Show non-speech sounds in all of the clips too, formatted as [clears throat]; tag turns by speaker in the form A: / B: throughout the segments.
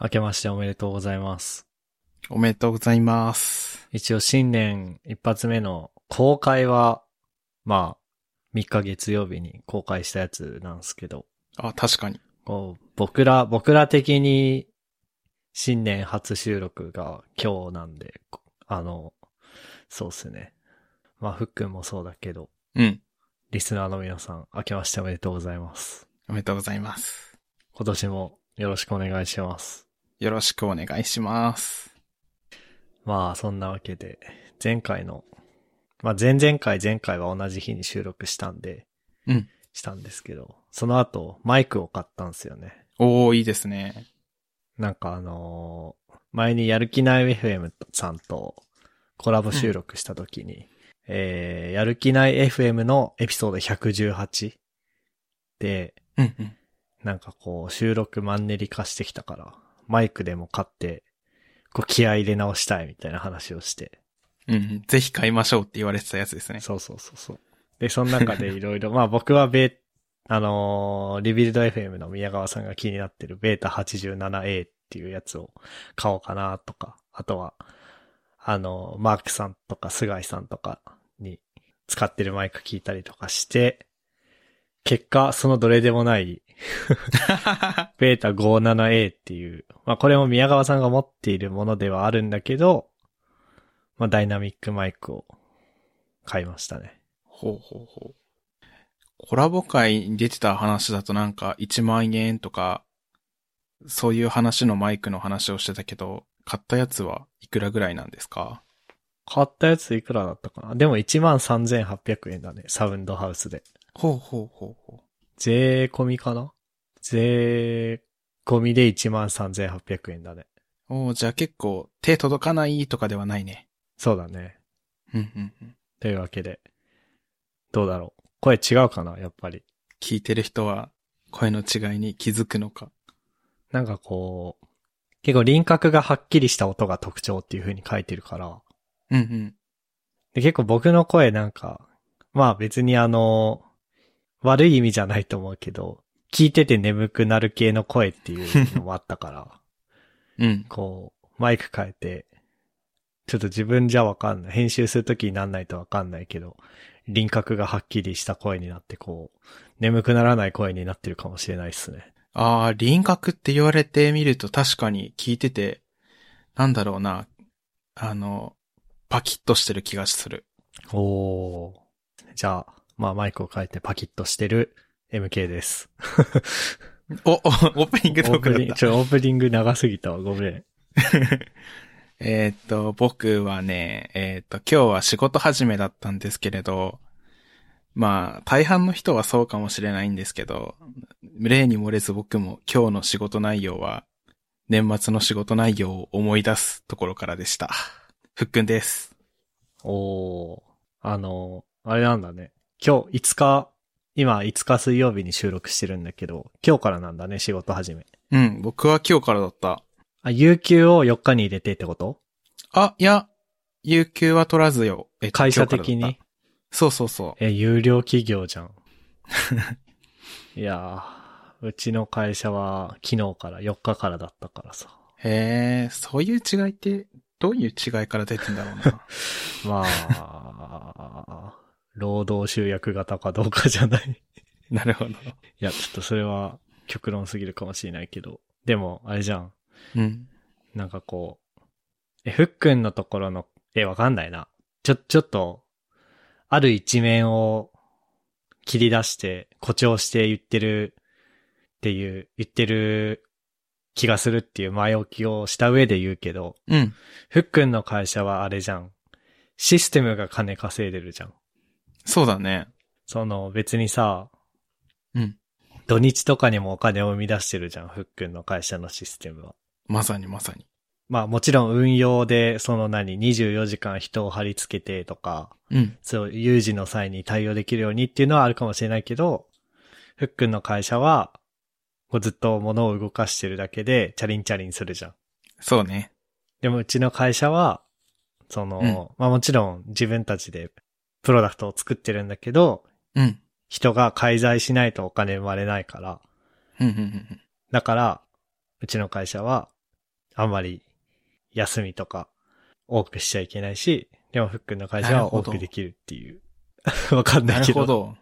A: 明けましておめでとうございます。
B: おめでとうございます。
A: 一応新年一発目の公開は、まあ、3日月曜日に公開したやつなんですけど、
B: あ、確かに。
A: こう僕ら、僕ら的に新年初収録が今日なんで、こあの、そうっすね。まあ、ふっくんもそうだけど、
B: うん。
A: リスナーの皆さん、明けましておめでとうございます。
B: おめでとうございます。
A: 今年もよろしくお願いします。
B: よろしくお願いします。
A: まあ、そんなわけで、前回の、まあ、前々回、前回は同じ日に収録したんで、
B: うん
A: したんですけど、その後、マイクを買ったんですよね。
B: おー、いいですね。
A: なんかあのー前にやる気ない FM さんとコラボ収録した時に、えー、やる気ない FM のエピソード118で、
B: うんうん。
A: なんかこう、収録マンネリ化してきたから、マイクでも買って、こう気合い入れ直したいみたいな話をして、
B: うんうん。ぜひ買いましょうって言われてたやつ [laughs] ですね。
A: そうそうそうそう。で、その中でいろい [laughs] ろ、まあ僕はベー、あのーリビルド FM の宮川さんが気になってるベータ 87A っていうやつを買おうかなとか、あとは、あのーマークさんとか菅井さんとかに使ってるマイク聞いたりとかして、結果、そのどれでもないベータ 57A っていう、まあこれも宮川さんが持っているものではあるんだけど、まあダイナミックマイクを買いましたね。
B: ほうほうほう。コラボ会に出てた話だとなんか1万円とか、そういう話のマイクの話をしてたけど、買ったやつはいくらぐらいなんですか
A: 買ったやついくらだったかなでも13,800円だね。サウンドハウスで。
B: ほうほうほうほ
A: 税込みかな税込みで13,800円だね。
B: う。おー、じゃあ結構手届かないとかではないね。
A: そうだね。
B: うんうんうん。
A: というわけで。どうだろう。声違うかなやっぱり。
B: 聞いてる人は声の違いに気づくのか。
A: なんかこう、結構輪郭がはっきりした音が特徴っていう風に書いてるから。
B: うんうん。
A: で結構僕の声なんか、まあ別にあの、悪い意味じゃないと思うけど、聞いてて眠くなる系の声っていうのもあったから。
B: うん。
A: こう、マイク変えて、ちょっと自分じゃわかんない。編集するときになんないとわかんないけど、輪郭がはっきりした声になって、こう、眠くならない声になってるかもしれないですね。
B: ああ、輪郭って言われてみると確かに聞いてて、なんだろうな、あの、パキッとしてる気がする。
A: おー。じゃあ、まあマイクを変えてパキッとしてる MK です。
B: お、お、オープニン
A: オ
B: グト
A: ー
B: ー
A: プ
B: ク
A: ニング、
B: だっ
A: ちょ、オープニング長すぎたわ。ごめん。
B: た。えーっと、僕はね、えーっと、今日は仕事始めだったんですけれど、まあ、大半の人はそうかもしれないんですけど、例に漏れず僕も今日の仕事内容は、年末の仕事内容を思い出すところからでした。ふっくんです。
A: おー。あの、あれなんだね。今日5日、今5日水曜日に収録してるんだけど、今日からなんだね、仕事始め。
B: うん、僕は今日からだった。
A: あ、有給を4日に入れてってこと
B: あ、いや、有給は取らずよ。えっと
A: 会社的。
B: 今日からだ
A: に
B: った。そうそうそう。
A: え、有料企業じゃん。いやー、うちの会社は昨日から4日からだったからさ。
B: へえ、そういう違いって、どういう違いから出てんだろうな。
A: まあ、労働集約型かどうかじゃない。
B: [laughs] なるほど。
A: いや、ちょっとそれは極論すぎるかもしれないけど。でも、あれじゃん。
B: うん。
A: なんかこう、え、ふっくんのところの、え、わかんないな。ちょ、ちょっと、ある一面を切り出して、誇張して言ってるっていう、言ってる気がするっていう前置きをした上で言うけど、
B: うん。
A: ふっくんの会社はあれじゃん。システムが金稼いでるじゃん。
B: そうだね。
A: その別にさ、
B: うん。
A: 土日とかにもお金を生み出してるじゃん、ふっくんの会社のシステムは。
B: まさにまさに。
A: まあもちろん運用で、その何、24時間人を貼り付けてとか、
B: うん。
A: そう、有事の際に対応できるようにっていうのはあるかもしれないけど、ふっくんの会社は、こうずっと物を動かしてるだけで、チャリンチャリンするじゃん。
B: そうね。
A: でもうちの会社は、その、まあもちろん自分たちでプロダクトを作ってるんだけど、
B: うん。
A: 人が介在しないとお金生まれないから、
B: うんうんうんうん。
A: だから、うちの会社は、あんまり休みとか多くしちゃいけないし、でもふっくんの会社
B: なる
A: は
B: ほ
A: 多
B: ど
A: くできるっていう。 [laughs] わかんな
B: ないる
A: けど。
B: ほど。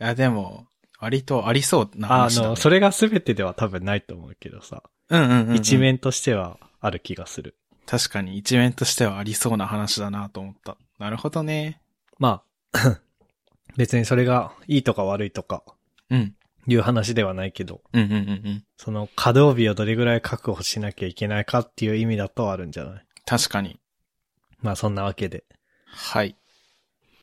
B: いや、でも、割とありそうな
A: あ
B: 話だ、ね。
A: の、それが全てでは多分ないと思うけどさ、
B: うんうんうんうん
A: 一。面としてはある気がする。
B: 確かに一面としてはありそうな話だなと思った。なるほどね。
A: まあ、 [coughs] 別にそれがいいとか悪いとか
B: うん。
A: いう話ではないけど、
B: うんうんうんうん。
A: その稼働日をどれぐらい確保しなきゃいけないかっていう意味だとあるんじゃない
B: 確かに。
A: まあそんなわけで、
B: はい。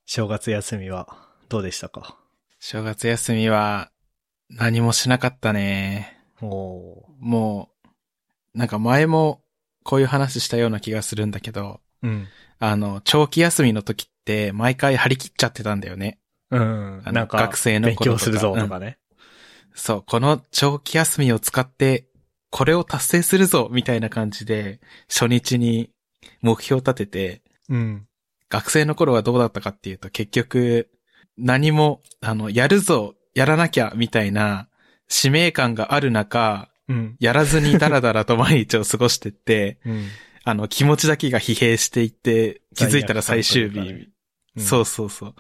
A: 正月休みはどうでしたか
B: 正月休みは何もしなかったね。
A: おー
B: もう、なんか前もこういう話したような気がするんだけど、
A: うん。
B: あの、長期休みの時って毎回張り切っちゃってたんだよね。
A: うん。
B: あの
A: なんか、
B: 学生の
A: 勉
B: 頃とか
A: 強するぞとかね。
B: そう、この長期休みを使って、これを達成するぞみたいな感じで、初日に目標立てて、
A: うん。
B: 学生の頃はどうだったかっていうと、結局、何も、あの、やるぞ、やらなきゃ、みたいな、使命感がある中、
A: うん。
B: やらずにダラダラと毎日を過ごしてって、
A: うん。
B: あの、気持ちだけが疲弊していって、気づいたら最
A: 罪
B: 終
A: 悪感というう
B: 日、
A: ん
B: そうそうそう。っ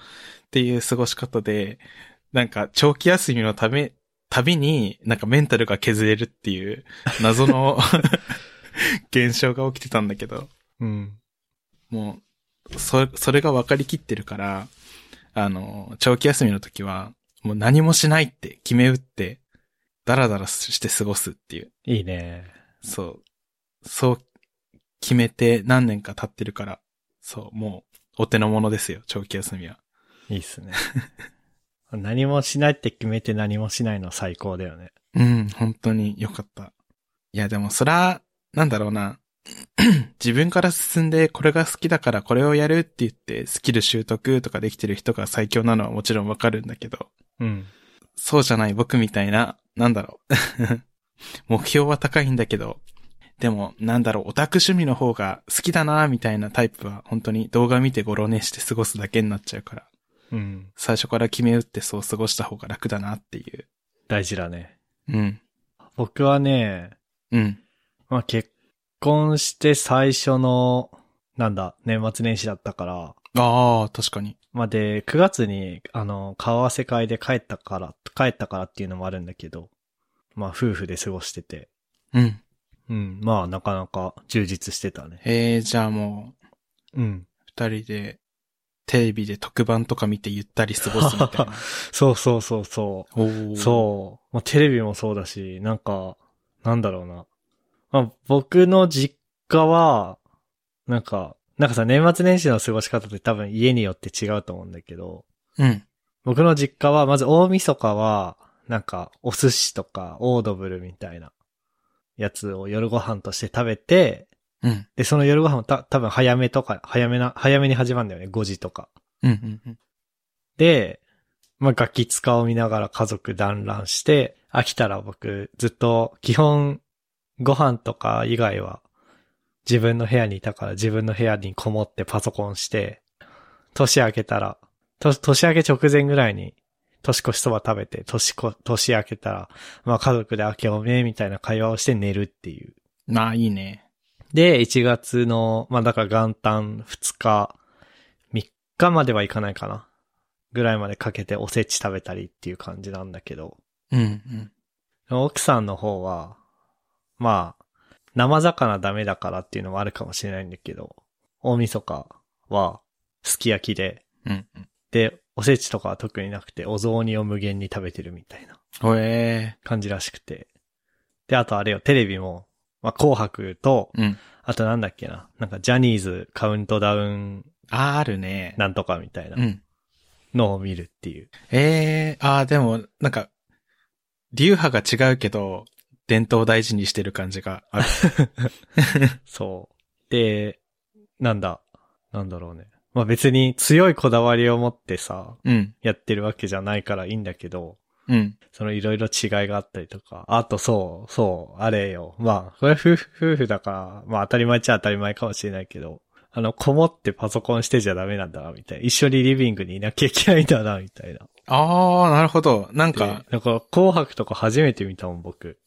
B: ていう過ごし方で、なんか長期休みのため、たびになんかメンタルが削れるっていう謎の [laughs] 現象が起きてたんだけど、
A: うん。
B: もう、そ、それが分かりきってるから、あの、長期休みの時は、もう何もしないって決め打って、ダラダラして過ごすっていう、
A: いいね。
B: そう、そう決めて何年か経ってるから、そう、もう、お手の物ですよ、長期休みは。
A: いいっす
B: [laughs]
A: ね。何もしないって決めて何もしないの最高だよね。
B: うん、本当に良かった。いや、でもそら、なんだろうな。 [clears throat] 自分から進んでこれが好きだからこれをやるって言ってスキル習得とかできてる人が最強なのはもちろんわかるんだけど、
A: うん。
B: そうじゃない僕みたいな、なんだろう。 [laughs] 目標は高いんだけど、でもなんだろう、オタク趣味の方が好きだなみたいなタイプは本当に動画見てごろ寝して過ごすだけになっちゃうから、
A: うん。
B: 最初から決め打ってそう過ごした方が楽だなっていう。
A: 大事だね。
B: うん。
A: 僕はね、
B: うん。
A: まあ結婚して最初の、なんだ、年末年始だったから、
B: ああ、確かに。
A: まあで、9月に、あの、顔合わせ会で帰ったから、帰ったからっていうのもあるんだけど、まあ夫婦で過ごしてて、
B: うん。
A: うん、まあなかなか充実してたね。
B: えー、じゃあもう、
A: うん。
B: 二人で、テレビで特番とか見てゆったり過ごすみたいな。
A: そうそうそうそう。
B: [laughs] おー
A: そう。まあ、テレビもそうだし、なんか、なんだろうな。まあ、僕の実家は、なんか、なんかさ、年末年始の過ごし方って多分家によって違うと思うんだけど、
B: う。うん。
A: 僕の実家は、まず大晦日は、なんか、お寿司とか、オードブルみたいな、やつを夜ご飯として食べて、
B: うん。
A: で、その夜ご飯をた、多分早めとか、早めな、早めに始まるんだよね、5時とか。
B: うん。うんうん。
A: で、まあ、ガキ使を見ながら家族団らんして、飽きたら僕ずっと基本ご飯とか以外は自分の部屋にいたから自分の部屋にこもってパソコンして、年明けたら、と年明け直前ぐらいに年越しそば食べて、年こ、年明けたら、まあ家族で明けおめみたいな会話をして寝るっていう。
B: まあ、いいね。
A: で、1月の、まあだから元旦2日、3日まではいかないかな。ぐらいまでかけておせち食べたりっていう感じなんだけど、
B: うん。うん。
A: 奥さんの方は、まあ、生魚ダメだからっていうのもあるかもしれないんだけど、大晦日は、すき焼きで、
B: うん。うん
A: で、おせちとかは特になくて、お雑煮を無限に食べてるみたいな。
B: ほえ
A: 感じらしくて。で、あとあれよ、テレビも、まあ、紅白と、
B: うん
A: あとなんだっけな、なんかジャニーズカウントダウン
B: ー。あー、あるね。
A: なんとかみたいな
B: うん。
A: のを見るっていう。
B: ええー、あー、でも、なんか、流派が違うけど、伝統を大事にしてる感じが [laughs] ある。
A: そう。で、なんだ、なんだろうね。まあ、別に強いこだわりを持ってさ、
B: うん。
A: やってるわけじゃないからいいんだけど、
B: うん。
A: そのいろいろ違いがあったりとか、あとそう、そう、あれよ。まあ、これ夫婦、夫婦だから、まあ当たり前っちゃ当たり前かもしれないけど、あの、こもってパソコンしてちゃダメなんだな、みたいな。一緒にリビングにいなきゃいけないんだな、みたいな。
B: ああ、なるほど。なん
A: なん
B: か
A: か、、なんか紅白とか初めて見たもん、僕。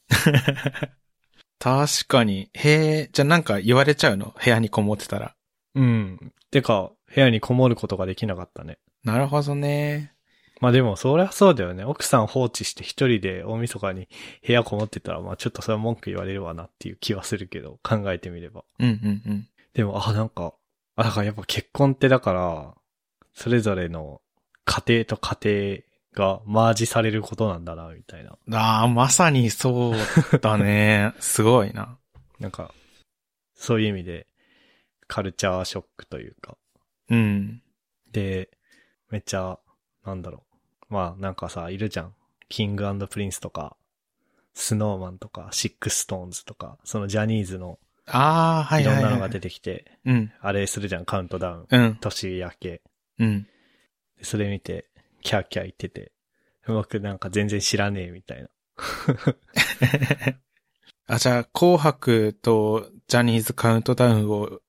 B: 確かに。へえ、じゃあなんか言われちゃうの部屋にこもってたら。
A: うん。てか、部屋にこもることができなかったね。
B: なるほどね。
A: まあでも、そりゃそうだよね。奥さん放置して一人で大晦日に部屋こもってたら、まあちょっとそれは文句言われるわなっていう気はするけど、考えてみれば。
B: うんうんうん。
A: でも、あ、なんか、あ、だからやっぱ結婚ってだから、それぞれの家庭と家庭がマージされることなんだな、みたいな。
B: ああ、まさにそう
A: [laughs]
B: だね。すごいな。
A: なんか、そういう意味で、カルチャーショックというか。
B: うん。
A: で、めっちゃ、なんだろう。まあ、なんかさ、いるじゃん。キングプリンスとか、スノーマンとか、シックストーンズとか、そのジャニーズの
B: ああ、はい
A: いろ
B: はい、
A: ん
B: はい。
A: なのが出てきて、
B: うん。
A: あれするじゃん、カウントダウン。
B: うん。
A: 年明け。
B: うん。 [laughs]
A: でそれ見て、キャーキャー言ってて、僕なんか全然知らねえみたいな。
B: あ、じゃあ、紅白とジャニーズカウントダウンを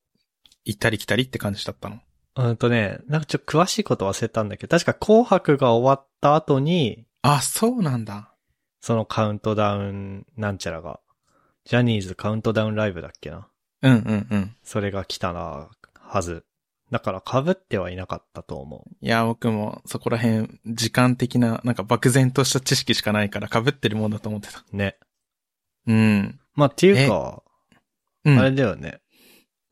B: 行ったり来たりって感じだったの。
A: うんとね、なんかちょっと詳しいこと忘れたんだけど、確か紅白が終わった後に、
B: あ、そうなんだ。
A: そのカウントダウンなんちゃらが、ジャニーズカウントダウンライブだっけな。
B: うんうんうん。
A: それが来たな、はず。だから被ってはいなかったと思う。
B: いや、僕もそこら辺、時間的な、なんか漠然とした知識しかないから被ってるもんだと思ってた。
A: ね。
B: うん。
A: まあ、っていうか、
B: うん。
A: あれだよね。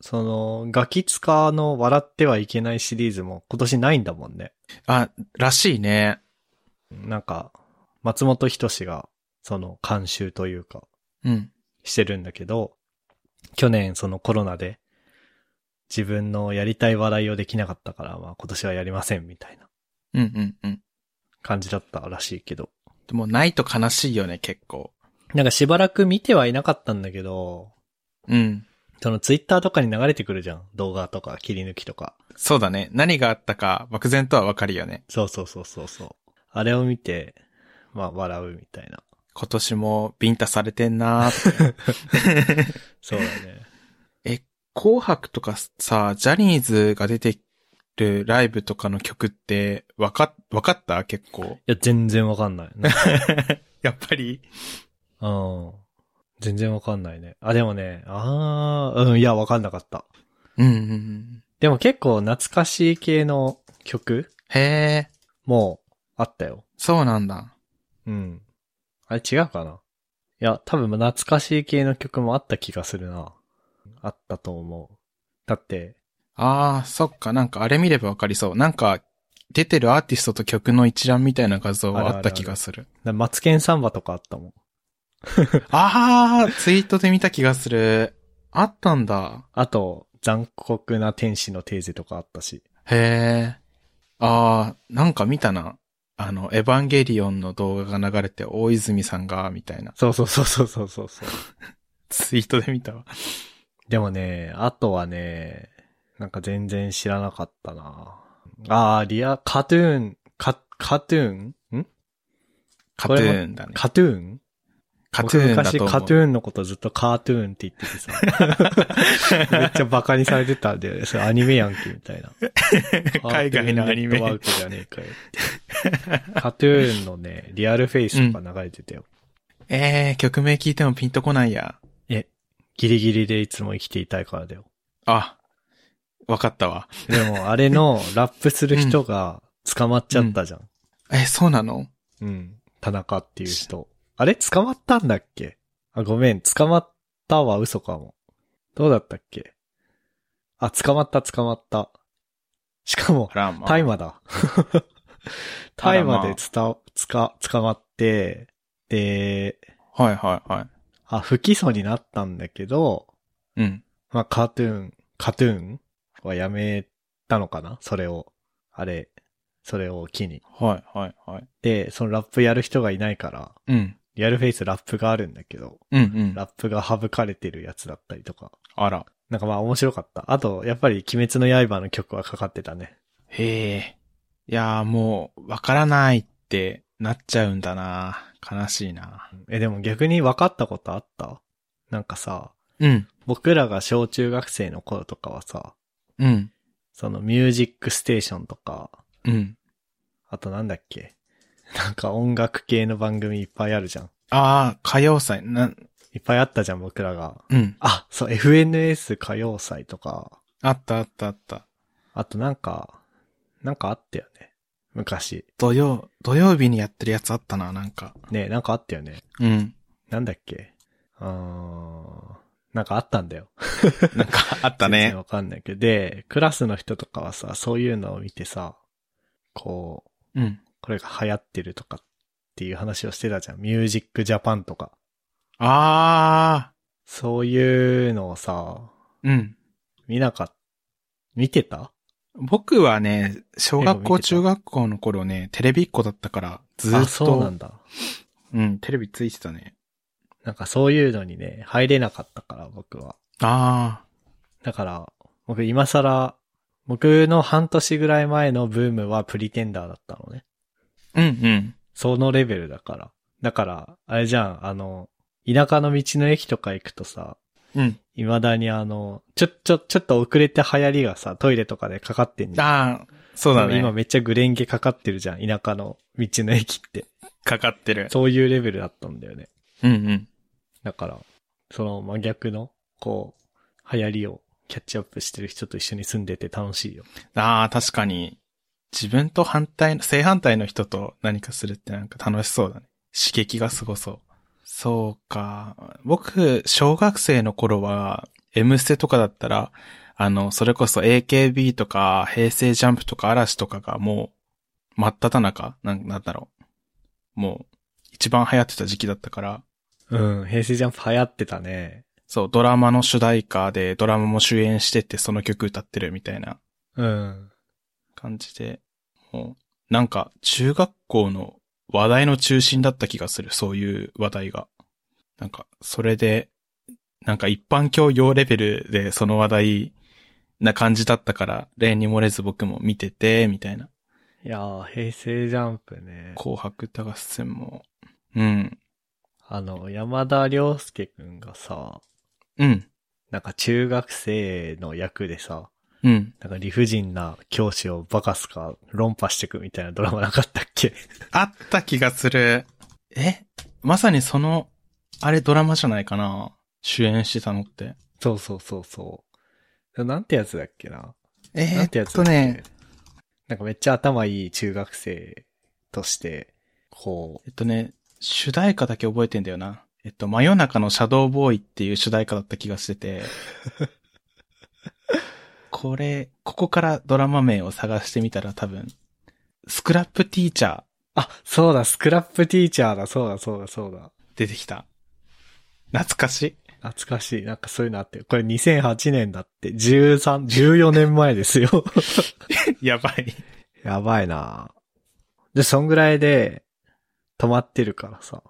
A: その、ガキツカの笑ってはいけないシリーズも今年ないんだもんね。
B: あ、らしいね。
A: なんか、松本人志が、その、監修というか、
B: うん。
A: してるんだけど、去年そのコロナで、自分のやりたい笑いをできなかったから、まあ今年はやりませんみたいな
B: うんうんうん。
A: 感じだったらしいけど。
B: でも、ないと悲しいよね、結構。
A: なんかしばらく見てはいなかったんだけど、
B: うん。
A: そのツイッターとかに流れてくるじゃん。動画とか切り抜きとか。
B: そうだね。何があったか、漠然とはわかるよね。
A: そうそうそうそうそう。あれを見て、まあ笑うみたいな。
B: 今年もビンタされてんな [laughs] ーって
A: そうだね。
B: 紅白とかさ、ジャニーズが出てるライブとかの曲って、わか、わかった結構。
A: いや、全然わかんない。なんか [laughs]
B: やっぱり。
A: うん。全然わかんないね。あ、でもね、あー、うん、いや、わかんなかった。
B: うんうんうん。
A: でも結構懐かしい系の曲
B: へえ、
A: もあったよ。
B: そうなんだ。
A: うん。あれ違うかないや、多分懐かしい系の曲もあった気がするな。あったと思う。だって、
B: ああ、そっか、なんかあれ見ればわかりそう。なんか、出てるアーティストと曲の一覧みたいな画像はあった気がする。
A: なマツケンサンバとかあったもん。
B: ああ、ツイートで見た気がする。あったんだ。
A: あと、残酷な天使のテーゼとかあったし。
B: へえ。ああ、なんか見たな。あの、エヴァンゲリオンの動画が流れて、大泉さんが、みたいな。
A: そうそうそうそうそうそうそう。
B: ツイートで見たわ。
A: でもね、あとはね、なんか全然知らなかったな。あー、リア、カトゥーン、カ、カトゥーンん
B: カトゥーンだね。
A: カトゥーン
B: カトゥーンだ
A: 僕
B: と
A: 昔カ
B: 思
A: ト
B: う。
A: ゥーンのことずっとカートゥーンって言ってて
B: [laughs]
A: さ。めっちゃバカにされてたんだよね。それアニメやんけみたいな。
B: 海外のアニ
A: カートゥーンネットワー
B: メ。
A: クじゃねえかよ
B: [laughs]
A: って。カトゥーンのね、リアルフェイスとか流れてたよ。
B: ええー、曲名聞いてもピンとこないや。
A: え、ギリギリでいつも生きていたいからだよ。
B: あ、わかったわ。
A: でも、あれ
B: [laughs]
A: のラップする人が捕まっちゃったじゃん。
B: え、そうなの
A: うん。田中っていう人。あれ捕まったんだっけあ、ごめん。捕まったは嘘かも。どうだったっけあ、捕まった、捕まった。しかも
B: あ、ら [laughs] まあ。
A: 大麻だ。大麻でつた、つか、捕まって、で、
B: はいはいは
A: あ、不起訴になったんだけど、
B: い。うん。
A: まあ、カートゥーン、カトゥーンはやめたのかなそれを。あれ、それを機に。
B: はいはいはい。
A: で、そのラップやる人がいないから、
B: うん。
A: リアルフェイスラップがあるんだけど、
B: うんうん。
A: ラップが省かれてるやつだったりとか。
B: あら。
A: なんかまあ面白かった。あと、やっぱり鬼滅の刃の曲はかかってたね。
B: へえ。いやーもう、わからないってなっちゃうんだな。悲しいな。
A: え、でも逆に分かったことあったなんかさ、
B: うん。
A: 僕らが小中学生の頃とかはさ、
B: うん。
A: そのミュージックステーションとか、
B: うん。
A: あとなんだっけなんか音楽系の番組いっぱいあるじゃん。
B: ああ、歌謡祭、な、
A: いっぱいあったじゃん、僕らが。
B: うん。
A: あ、そう、FNS 歌謡祭とか、
B: あったあったあった。
A: あとなんか、なんかあったよね。昔。
B: 土曜、土曜日にやってるやつあったな、なんか。
A: ねなんかあったよね。
B: うん。
A: なんだっけうーん。なんかあったんだよ。
B: [laughs] なんかあった
A: 全
B: ね
A: 然。わかんないけど。で、クラスの人とかはさ、そういうのを見てさ、こう、
B: うん。
A: これが流行ってるとかっていう話をしてたじゃん。ミュージックジャパンとか。
B: あ
A: そういうのをさ、
B: ー。うん。
A: 見なかっ、見てた
B: 僕はね、小学
A: テレビ見
B: 校、
A: てた
B: 中学校の頃ね、テレビっ子だったから、ず
A: あ、
B: ーっ
A: そうな
B: と
A: ん、だ。
B: うん、テレビついてたね。
A: なんかそういうのにね、入れなかったから、僕は。
B: あ
A: だから、僕今更、僕の半年ぐらい前のブームはプリテンダーだったのね。
B: ー。うんうん。
A: そのレベルだから。だから、あれじゃん、あの、田舎の道の駅とか行くとさ、
B: うん。
A: 未だにあの、ちょ、ちょ、ちょっと遅れて流行りがさ、トイレとかでかかってんじゃん。
B: あー、そうだね。
A: 今
B: 今、
A: めっちゃグレンゲかかってるじゃん、田舎の道の駅って。
B: かかってる。
A: そういうレベルだったんだよね。
B: うんうん。
A: だから、その真逆の、こう、流行りをキャッチアップしてる人と一緒に住んでて楽しいよ。
B: ああ、確かに。自分と反対の、正反対の人と何かするってなんか楽しそうだね。刺激がすごそう。そうか。僕、小学生の頃は、M ステとかだったら、あの、それこそ AKB とか、平成ジャンプとか嵐とかがもう、真っ只中なん、なんだろう。もう、一番流行ってた時期だったから、
A: うん、平成ジャンプ流行ってたね。
B: そう、ドラマの主題歌でドラマも主演してて、その曲歌ってるみたいな
A: うん。
B: 感じで、もう、なんか、中学校の話題の中心だった気がする、そういう話題が。なんか、それで、なんか一般教養レベルでその話題な感じだったから、例に漏れず僕も見てて、みたいな。
A: いやー、平成ジャンプね。
B: 紅白歌合戦も。うん。
A: あの、山田涼介くんがさ、
B: うん。
A: なんか中学生の役でさ、
B: うん。
A: なんか理不尽な教師をバカすか論破してくみたいなドラマなかったっけ [laughs]
B: あった気がする。えまさにその、あれドラマじゃないかな主演してたのって。
A: そうそうそうそう。なんてやつだっけな
B: え
A: なんて
B: ー
A: や
B: っ
A: つだ
B: と
A: っけ
B: ね、。
A: なんかめっちゃ頭いい中学生として、こ
B: えっとね、主題歌だけ覚えてんだよな。えっと、真夜中のシャドーボーイっていう主題歌だった気がして [laughs] て。これ、ここからドラマ名を探してみたら多分、スクラップティーチャー
A: う、あ、そうだ、スクラップティーチャーだ、そうだ、そうだ、そうだ。
B: 出てきた。懐かしい。
A: 懐かしい。なんかそういうのあって。これ2008年だって、13、14年前です
B: [laughs]
A: よ。
B: やばい。
A: やばいなで、そんぐらいで、止まってるからさ。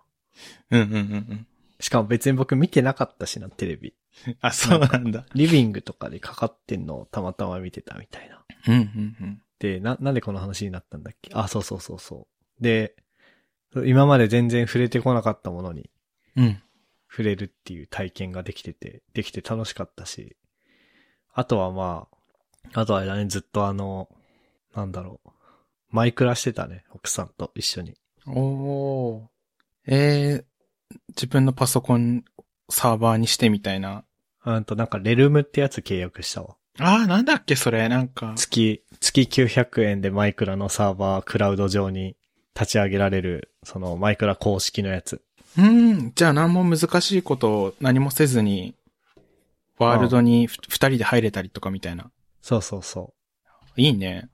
B: うんうんうん
A: しかも別に僕見てなかったしな、テレビ。
B: うん。あ、そうなんだ。
A: リビングとかでかかってんのをたまたま見てたみたいな。
B: うんうんうん。
A: で、な、なんでこの話になったんだっけあ、そうそうそうそう。で、今まで全然触れてこなかったものに
B: うん。
A: 触れるっていう体験ができてて、できて楽しかったし、あとはまあ、あとはあれだね、ずっとあの、なんだろう、マイクラしてたね、奥さんと一緒に。
B: おー。えー、自分のパソコンサーバーにしてみたいな。
A: うんと、なんかレルムってやつ契約したわ。
B: あー、なんだっけそれ、なんか。
A: 月、月900円でマイクラのサーバー、クラウド上に立ち上げられる、そのマイクラ公式のやつ。
B: うーん、じゃあ何も難しいことを何もせずに、ワールドにふ二人で入れたりとかみたいな。
A: そうそうそ
B: いいね。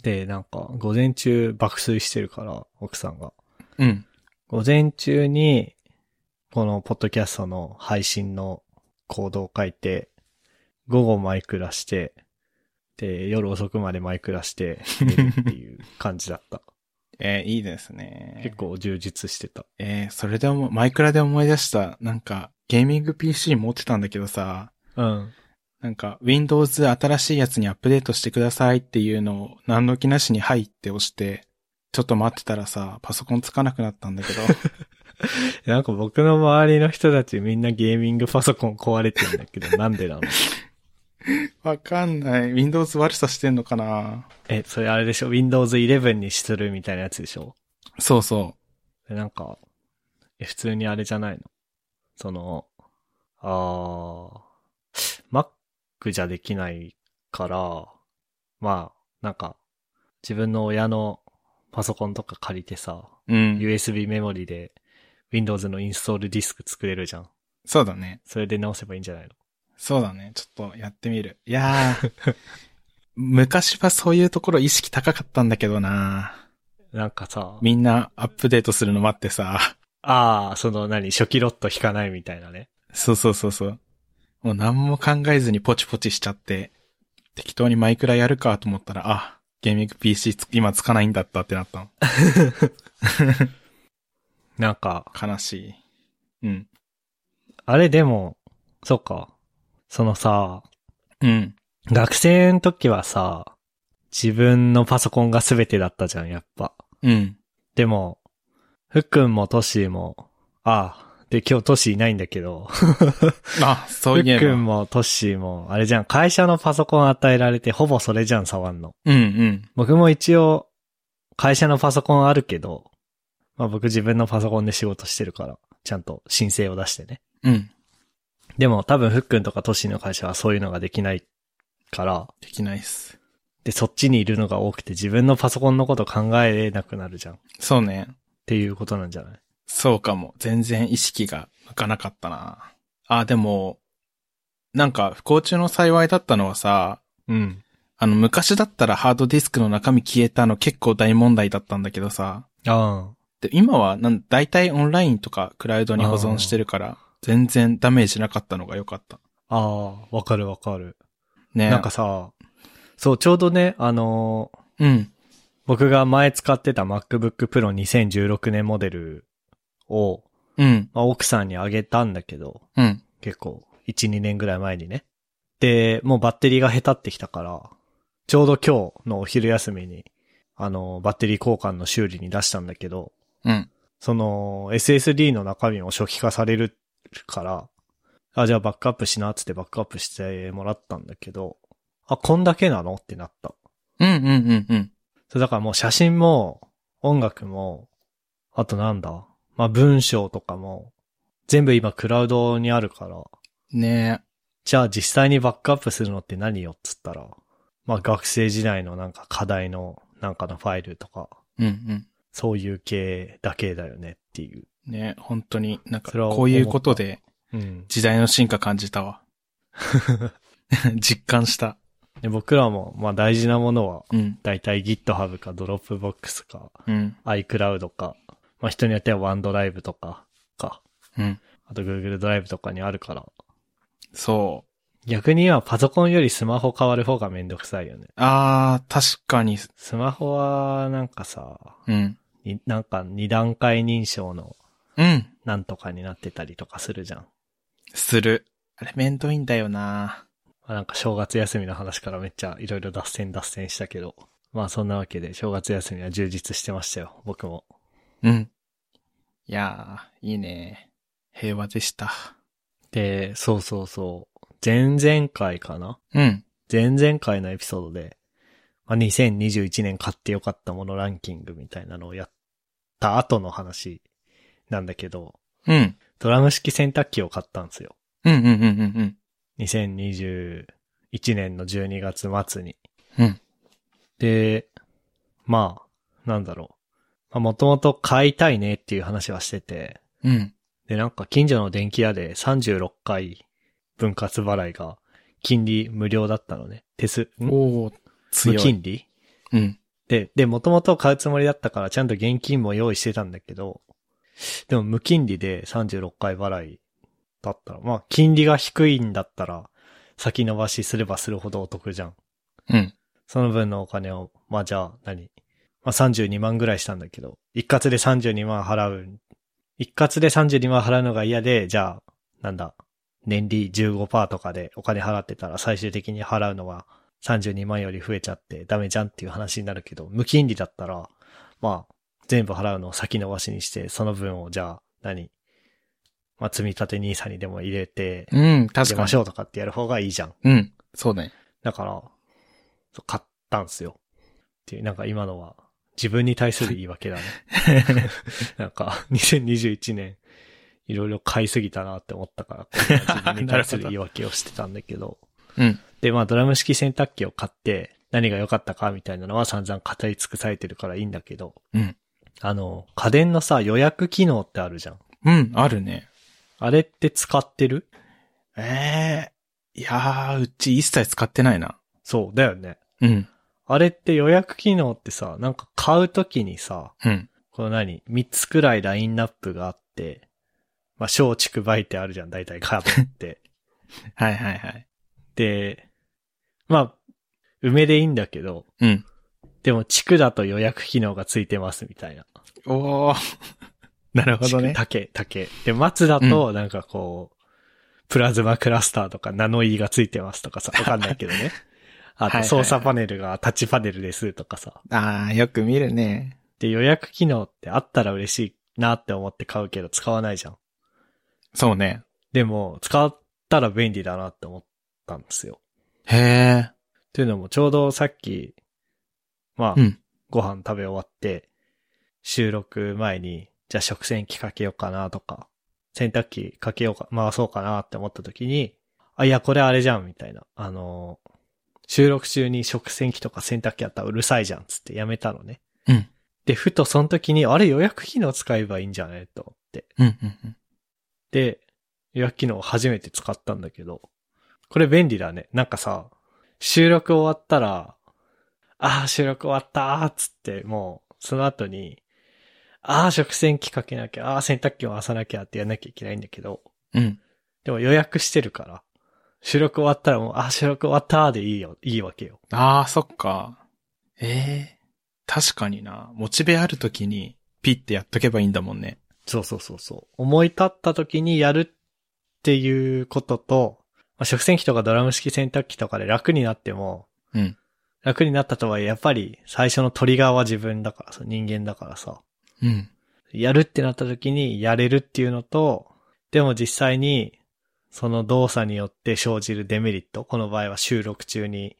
A: う。で、なんか、午前中爆睡してるから、奥さんが。
B: うん。
A: 午前中に、このポッドキャストの配信のコードを書いて、午後マイクラして、で、夜遅くまでマイクラして、寝るっていう感じだ [laughs] った。
B: えーいいですね。
A: 結。構充実してた。
B: えーそれでも、マイクラで思い出した、なんか、ゲーミング PC 持ってたんだけどさ、
A: うん。
B: なんか、Windows 新しいやつにアップデートしてくださいっていうのを、何の気なしに入って押して、ちょっと待ってたらさ、パソコンつかなくなったんだけど、
A: なんか僕の周りの人たちみんなゲーミングパソコン壊れてるんだけど、なんでなの
B: [laughs]
A: [laughs]
B: わかんない。Windows 悪さしてんのかな
A: え、それあれでしょ ?Windows 11にするみたいなやつでしょ
B: そうそう。
A: でなんか、え、普通にあれじゃないのその、あー、Mac じゃできないから、まあ、なんか、自分の親のパソコンとか借りてさ、
B: うん。
A: USB メモリで Windows のインストールディスク作れるじゃん。
B: そうだね。
A: それで直せばいいんじゃないの
B: そうだね。ちょっとやってみる。いやー。 [laughs] 昔はそういうところ意識高かったんだけどな
A: なんかさ、
B: みんなアップデートするの待ってさ。
A: ああ、その何、初期ロット引かないみたいなね。
B: そうそうそうそう。もう何も考えずにポチポチしちゃって、適当にマイクラやるかと思ったら、あ、ゲーミング PC つ今つかないんだったってなったの。
A: なんか、
B: 悲しい。うん。
A: あれでも、そうか。そのさ、
B: うん。
A: 学生の時はさ、自分のパソコンが全てだったじゃん、やっぱ。
B: うん。
A: でも、ふっくんもトシーも、ああ、で今日トシーいないんだけど、
B: あ、そ
A: ふ
B: う
A: っ
B: いえば。
A: く
B: うんん
A: もトシーも、あれじゃん、会社のパソコン与えられてほぼそれじゃん、触んの。
B: うん。
A: 僕も一応、会社のパソコンあるけど、まあ僕自分のパソコンで仕事してるから、ちゃんと申請を出してね。
B: うん。
A: でも多分ふっくんとかトシーの会社はそういうのができないから、
B: できないっす。
A: で、そっちにいるのが多くて自分のパソコンのこと考えなくなるじゃん。っ
B: そうね。
A: ていうことなんじゃない
B: そうかも。全然意識が向かなかったな。あ、でも、なんか不幸中の幸いだったのはさ、
A: うん。
B: あの昔だったらハードディスクの中身消えたの結構大問題だったんだけどさ、
A: あ
B: で、今はなん、大体オンラインとかクラウドに保存してるから、全然ダメージなかったのが良かった。
A: あ。ああ、わかるわかる。
B: ね
A: なんか、さ、そう、ちょうどね、あのー
B: うん。
A: 僕が前使ってた MacBook Pro 2016年モデルを、
B: うん。
A: まあ、奥さんにあげたんだけど、
B: うん。
A: 結構、1、2年ぐらい前にね。で、もうバッテリーが下手ってきたから、ちょうど今日のお昼休みに、あの、バッテリー交換の修理に出したんだけど、
B: うん。
A: その、SSD の中身を初期化されるから、あ、じゃあバックアップしなっつってバックアップしてもらったんだけど、あ、こんだけなのってなった。
B: うん。うん。うん。うん。
A: そう、だからもう写真も、音楽も、あとなんだまあ、文章とかも、全部今クラウドにあるから、
B: ね
A: じゃあ実際にバックアップするのって何よっつったら、まあ学生時代のなんか課題のなんかのファイルとか、
B: え。うん。
A: そういう系だけだよねっていう。
B: うん。ねえ本当になんか、
A: それは思った
B: こういうことで
A: うん。
B: 時代の進化感じたわ。実感した。
A: で僕らもまあ大事なものは、
B: うん。
A: だいたい GitHub か Dropbox か
B: うん。
A: iCloud か、まあ人によっては OneDrive とかか、
B: うん。
A: あと Google ドライブとかにあるから、
B: そ
A: 逆にはパソコンよりスマホ変わる方がめんどくさいよね。
B: う。あー、確かに。
A: スマホはなんかさ、
B: うん。
A: になんか二段階認証の
B: うん。
A: なんとかになってたりとかするじゃん。
B: する。あれめんどいんだよな
A: まあなんか正月休みの話からめっちゃいろいろ脱線脱線したけど。まあそんなわけで正月休みは充実してましたよ、僕も。
B: うん。いやー、いいね。平和でした。
A: で、そうそうそう。前々回かな
B: うん。
A: 前々回のエピソードで、まあ、2021年買ってよかったものランキングみたいなのをやった後の話なんだけど、
B: うん。
A: ドラム式洗濯機を買ったんですよ。
B: うんうんうんうん
A: 2021年の12月末に。
B: うん
A: で、まあ、なんだろう。まあ、もともと買いたいねっていう話はしてて、
B: うん。うん。
A: で、なんか近所の電気屋で36回分割払いが金利無料だったのね。手数、ん
B: おー、
A: 無
B: 強い。
A: 金利
B: うん。
A: で、で、もともと買うつもりだったからちゃんと現金も用意してたんだけど、でも無金利で36回払いだったら、まあ金利が低いんだったら先延ばしすればするほどお得じゃん。
B: うん。
A: その分のお金を、まあじゃあ何まあ32万ぐらいしたんだけど、一括で32万払う。一括で32万払うのが嫌で、じゃあ、なんだ、年利15%とかでお金払ってたら最終的に払うのは32万より増えちゃってダメじゃんっていう話になるけど、無金利だったら、まあ、全部払うのを先延ばしにして、その分をじゃあ何、まあ積み立て NISA にでも入れて、
B: うん、
A: 入
B: 確
A: れ
B: か
A: ま
B: に
A: し。ょうとかってやる方がいいじゃん。
B: うん。そうね。
A: だから、そう買ったんすよ。っていう、なんか今のは、自分に対する言い訳だね。なんか、2021年、いろいろ買いすぎたなって思ったから、これは自分に対する
B: な
A: 言
B: る
A: い訳をしてたんだけど。
B: うん。
A: で、まあドラム式洗濯機を買って、何が良かったかみたいなのは散々語り尽くされてるからいいんだけど、
B: うん。
A: あの、家電のさ、予約機能ってあるじゃん。
B: うん、あるね。
A: あれって使ってる
B: ええいやー、うち一切使ってないな。
A: そう、だよね。
B: うん。
A: あれって予約機能ってさ、なんか買うときにさ、
B: うん。
A: この何 ?3 つくらいラインナップがあって、まあ、小畜売ってあるじゃん、大体カード
B: [laughs]
A: って。
B: はいはいはい。
A: で、まあ、梅でいいんだけど、
B: うん。
A: でも地区だと予約機能がついてますみたいな。
B: おー。 [laughs] なるほどね。
A: 竹、竹。で、松だと、なんかこう、プラズマクラスターとかナノイーがついてますとかさ、わかんないけど
B: [laughs]
A: ね。あ
B: はいはいは
A: と、
B: い
A: 操作パネルがタッチパネルですとかさ。
B: あー、よく見るね。
A: で、予約機能ってあったら嬉しいなって思って買うけど使わないじゃん。
B: そうね。
A: でも、使ったら便利だなって思ったんですよ。
B: へえ。
A: というのも、ちょうどさっき、まあ、
B: うん
A: ご飯食べ終わって、収録前に、じゃあ食洗機かけようかなとか、洗濯機かけようか、回そうかなって思った時に、あ、いや、これあれじゃん、みたいな。あの、収録中に食洗機とか洗濯機やったらうるさいじゃん、つってやめたのね。
B: うん
A: で、ふとその時に、あれ予約機能使えばいいんじゃねと思って。
B: うんうんうん。
A: で、予約機能を初めて使ったんだけど、これ便利だね。なんかさ、収録終わったら、ああ、収録終わったーっつって、もう、その後に、ああ、食洗機かけなきゃ、ああ、洗濯機回さなきゃってやんなきゃいけないんだけど、
B: うん。
A: でも予約してるから、収録終わったらもう、ああ、収録終わったーでいいよ、いいわけよ。
B: ああ、そっか。ええ確かにな。モチベあるときに、ピッてやっとけばいいんだもんね。
A: そうそうそうそう。思い立った時にやるっていうことと、まあ、食洗機とかドラム式洗濯機とかで楽になっても、
B: うん
A: 楽になったとはいえ、やっぱり最初のトリガーは自分だからさ、人間だからさ、
B: うん。
A: やるってなった時にやれるっていうのと、でも実際に、その動作によって生じるデメリット、この場合は収録中に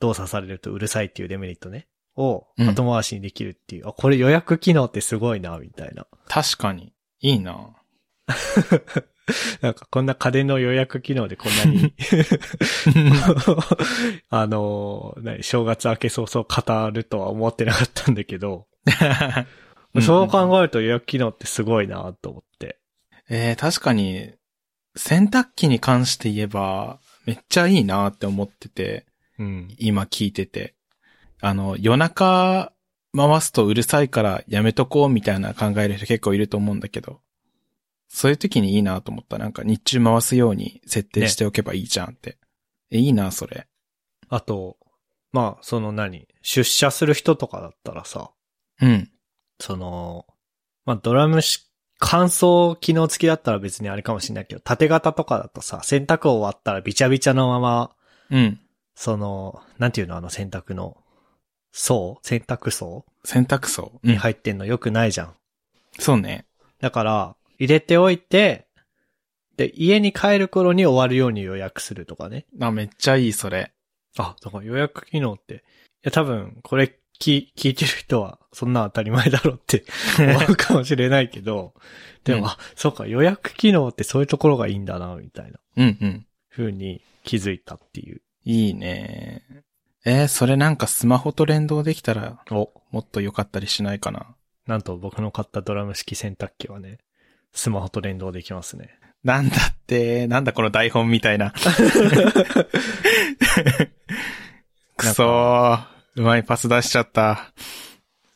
A: 動作されるとうるさいっていうデメリットね、を
B: うん
A: 後回しにできるっていう、あ、これ予約機能ってすごいな、みたいな。
B: 確かに。いいな。
A: なんかこんな家電の予約機能でこんな
B: [laughs]
A: にあのー、何正月明け早々語るとは思ってなかったんだけど、
B: うん
A: そう考えると予約機能ってすごいなと思って。
B: [laughs] ええ確かに、洗濯機に関して言えば、めっちゃいいなって思ってて、
A: うん。
B: 今聞いてて。あの、夜中回すとうるさいからやめとこうみたいな考える人結構いると思うんだけど、そういう時にいいなと思った。なんか日中回すように設定しておけばいいじゃんって。え、いいな、それ。
A: あと、まあ、その何出社する人とかだったらさ、
B: うん。
A: その、まあ、ドラムし、乾燥機能付きだったら別にあれかもしれないけど、縦型とかだとさ、洗濯終わったらびちゃびちゃのまま
B: うん。
A: その、なんていうのあの洗濯の、層洗濯層
B: 洗濯槽。う
A: に
B: ん。
A: 入ってんのよくないじゃん。
B: そうね。
A: だから、入れておいて、で、家に帰る頃に終わるように予約するとかね。
B: あ、めっちゃいい、それ。
A: あ、だから予約機能って、いや多分、これ聞、聞いてる人は、そんな当たり前だろうって
B: [laughs]
A: 思うかもしれないけど、でも、
B: うん
A: あ、そうか、予約機能ってそういうところがいいんだな、みたいな
B: うんうん。
A: 風に気づいたっていう。
B: いいね。えーそれなんかスマホと連動できたら、
A: お、
B: もっと良かったりしないかな。
A: なんと僕の買ったドラム式洗濯機はね、スマホと連動できますね。
B: なんだって、なんだこの台本みた [laughs] いな。くそー。うまいパス出しちゃった。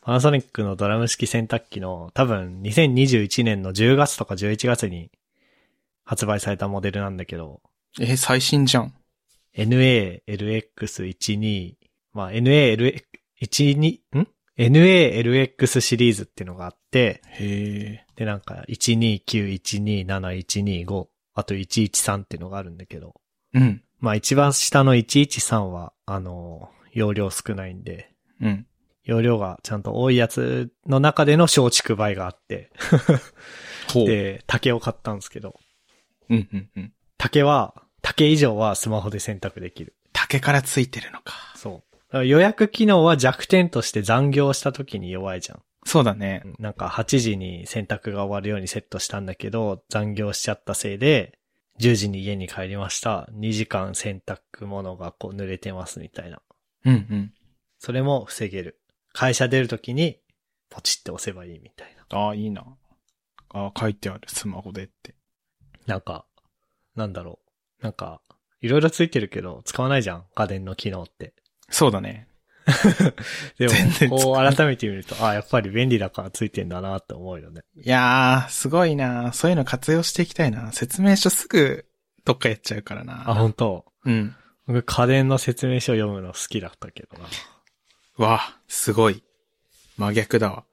A: パナソニックのドラム式洗濯機の多分2021年の10月とか11月に発売されたモデルなんだけど、
B: えー最新じゃん。
A: NALX12、まあ NALX12、ん ?NALX シリーズっていうのがあって、
B: へえ。
A: でなんか129127125、あと113っていうのがあるんだけど、
B: うん。
A: まあ一番下の113は、あの、容量少ないんで、
B: うん。
A: 容量がちゃんと多いやつの中での小畜梅があって、
B: ほう。
A: で、竹を買ったんですけど、
B: うんうんうん。
A: 竹は、竹以上はスマホで選択できる。
B: 竹からついてるのか。
A: そう。だから予約機能は弱点として残業した時に弱いじゃん。
B: そうだね。
A: なんか8時に洗濯が終わるようにセットしたんだけど、残業しちゃったせいで、10時に家に帰りました。2時間洗濯物がこう濡れてますみたいな。
B: うんうん。
A: それも防げる。会社出るときに、ポチって押せばいいみたいな。
B: ああ、いいな。ああ、書いてある、スマホでって。
A: なんか、なんだろう。なんか、いろいろついてるけど、使わないじゃん。家電の機能って。 [laughs]
B: そうだね。
A: で
B: 全然
A: も、
B: 使
A: こう
B: わない
A: 改めて見ると、あやっぱり便利だからついてんだなって思うよね。
B: いやー、すごいな。そういうの活用していきたいな。説明書すぐ、どっかやっちゃうからな。
A: あ、本当
B: うん。
A: 僕家電の説明書読むの好きだったけどな。
B: わあ、すごい。真逆だわ。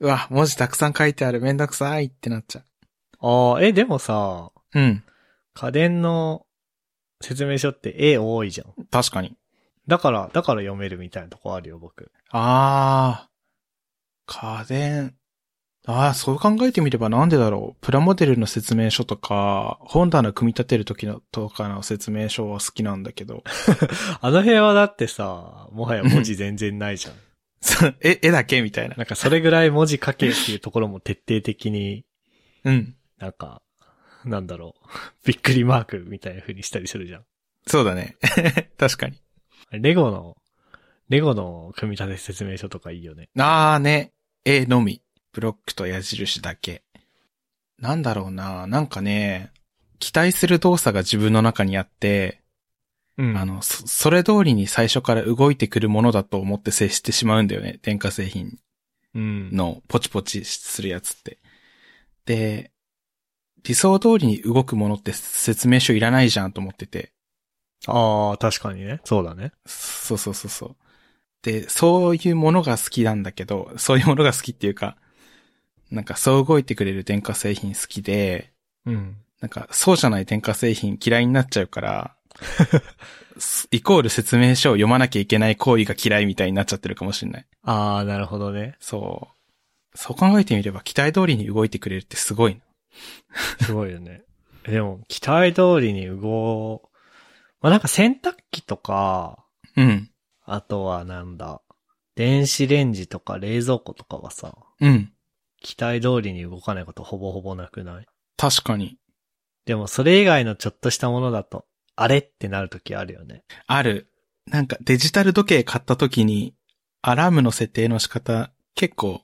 B: うわ、文字たくさん書いてある、めんどくさいってなっちゃ
A: ああ、え、でもさ、
B: う。うん。
A: 家電の説明書って絵多いじゃん。
B: 確かに。
A: だから、だから読めるみたいなとこあるよ、僕。
B: あー、家電。あー、そう考えてみればなんでだろう。プラモデルの説明書とか、本棚組み立てる時のとかの説明書は好きなんだけど。
A: あの辺はだってさ、もはや文字全然ないじゃん。
B: そう [laughs] え、絵だけみたいな。
A: なんかそれぐらい文字書けっていうところも徹底的に
B: うん。
A: なんか、なんだろう。びっくりマークみたいな風にしたりするじゃん。
B: そうだね。 [laughs] 確かに。
A: レゴの、レゴの組み立て説明書とかいいよね。
B: あーね。絵のみ。ブロックと矢印だけ。なんだろうな。なんかね、期待する動作が自分の中にあって、
A: うん
B: あ、の、そ、それ通りに最初から動いてくるものだと思って接してしまうんだよね。電化製品
A: うん。
B: のポチポチするやつって。で、理想通りに動くものって説明書いらないじゃんと思ってて。
A: ああ、確かにね。そうだね。
B: そうそうそうそう。で、そういうものが好きなんだけど、そういうものが好きっていうか、なんかそう動いてくれる電化製品好きで、
A: うん。
B: なんかそうじゃない電化製品嫌いになっちゃうから、すイコール説明書を読まなきゃいけない行為が嫌いみたいになっちゃってるかもしれない。
A: ああ、なるほどね。
B: そう。そう考えてみれば期待通りに動いてくれるってすごいな。
A: すごいよね。でも、期待通りに動、まあ、なんか洗濯機とか、
B: うん。
A: あとはなんだ、電子レンジとか冷蔵庫とかはさ、
B: うん。
A: 期待通りに動かないことほぼほぼなくない
B: 確かに。
A: でも、それ以外のちょっとしたものだと、あれってなるときあるよね。
B: ある。なんかデジタル時計買った時に、アラームの設定の仕方、結構、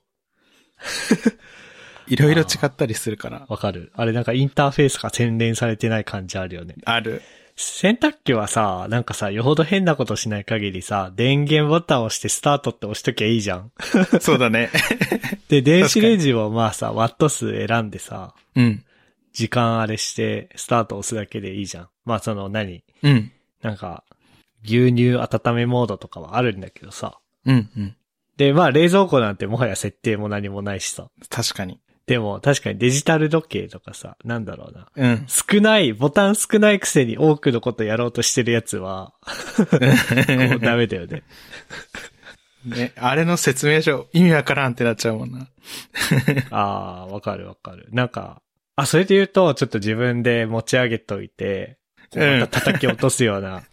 B: [laughs] いろいろ違ったりするから。あ
A: わかるあれなんかインターフェースが洗練されてない感じあるよね。
B: る。
A: 洗濯機はさ、なんかさ、よほど変なことしない限りさ、電源ボタンを押してスタートって押しときゃいいじゃん。
B: そうだね。
A: で、電子レンジもまあさ、ワット数選んでさ、
B: [laughs] うん。
A: 時間あれして、スタート押すだけでいいじゃん。まあその何
B: うん。
A: なんか、牛乳温めモードとかはあるんだけどさ。
B: うん。うん。
A: で、まあ冷蔵庫なんてもはや設定も何もないしさ。
B: 確かに。
A: でも確かにデジタル時計とかさ、なんだろうな。
B: うん。
A: 少ない、ボタン少ないくせに多くのことやろうとしてるやつは、こうダメだよね。
B: [laughs] ね、あれの説明書、意味わからんってなっちゃうもんな。
A: ああ、わかるわかる。なんか、あ、それで言うと、ちょっと自分で持ち上げといて、こう
B: うん
A: また叩き落とすよう
B: [laughs]
A: な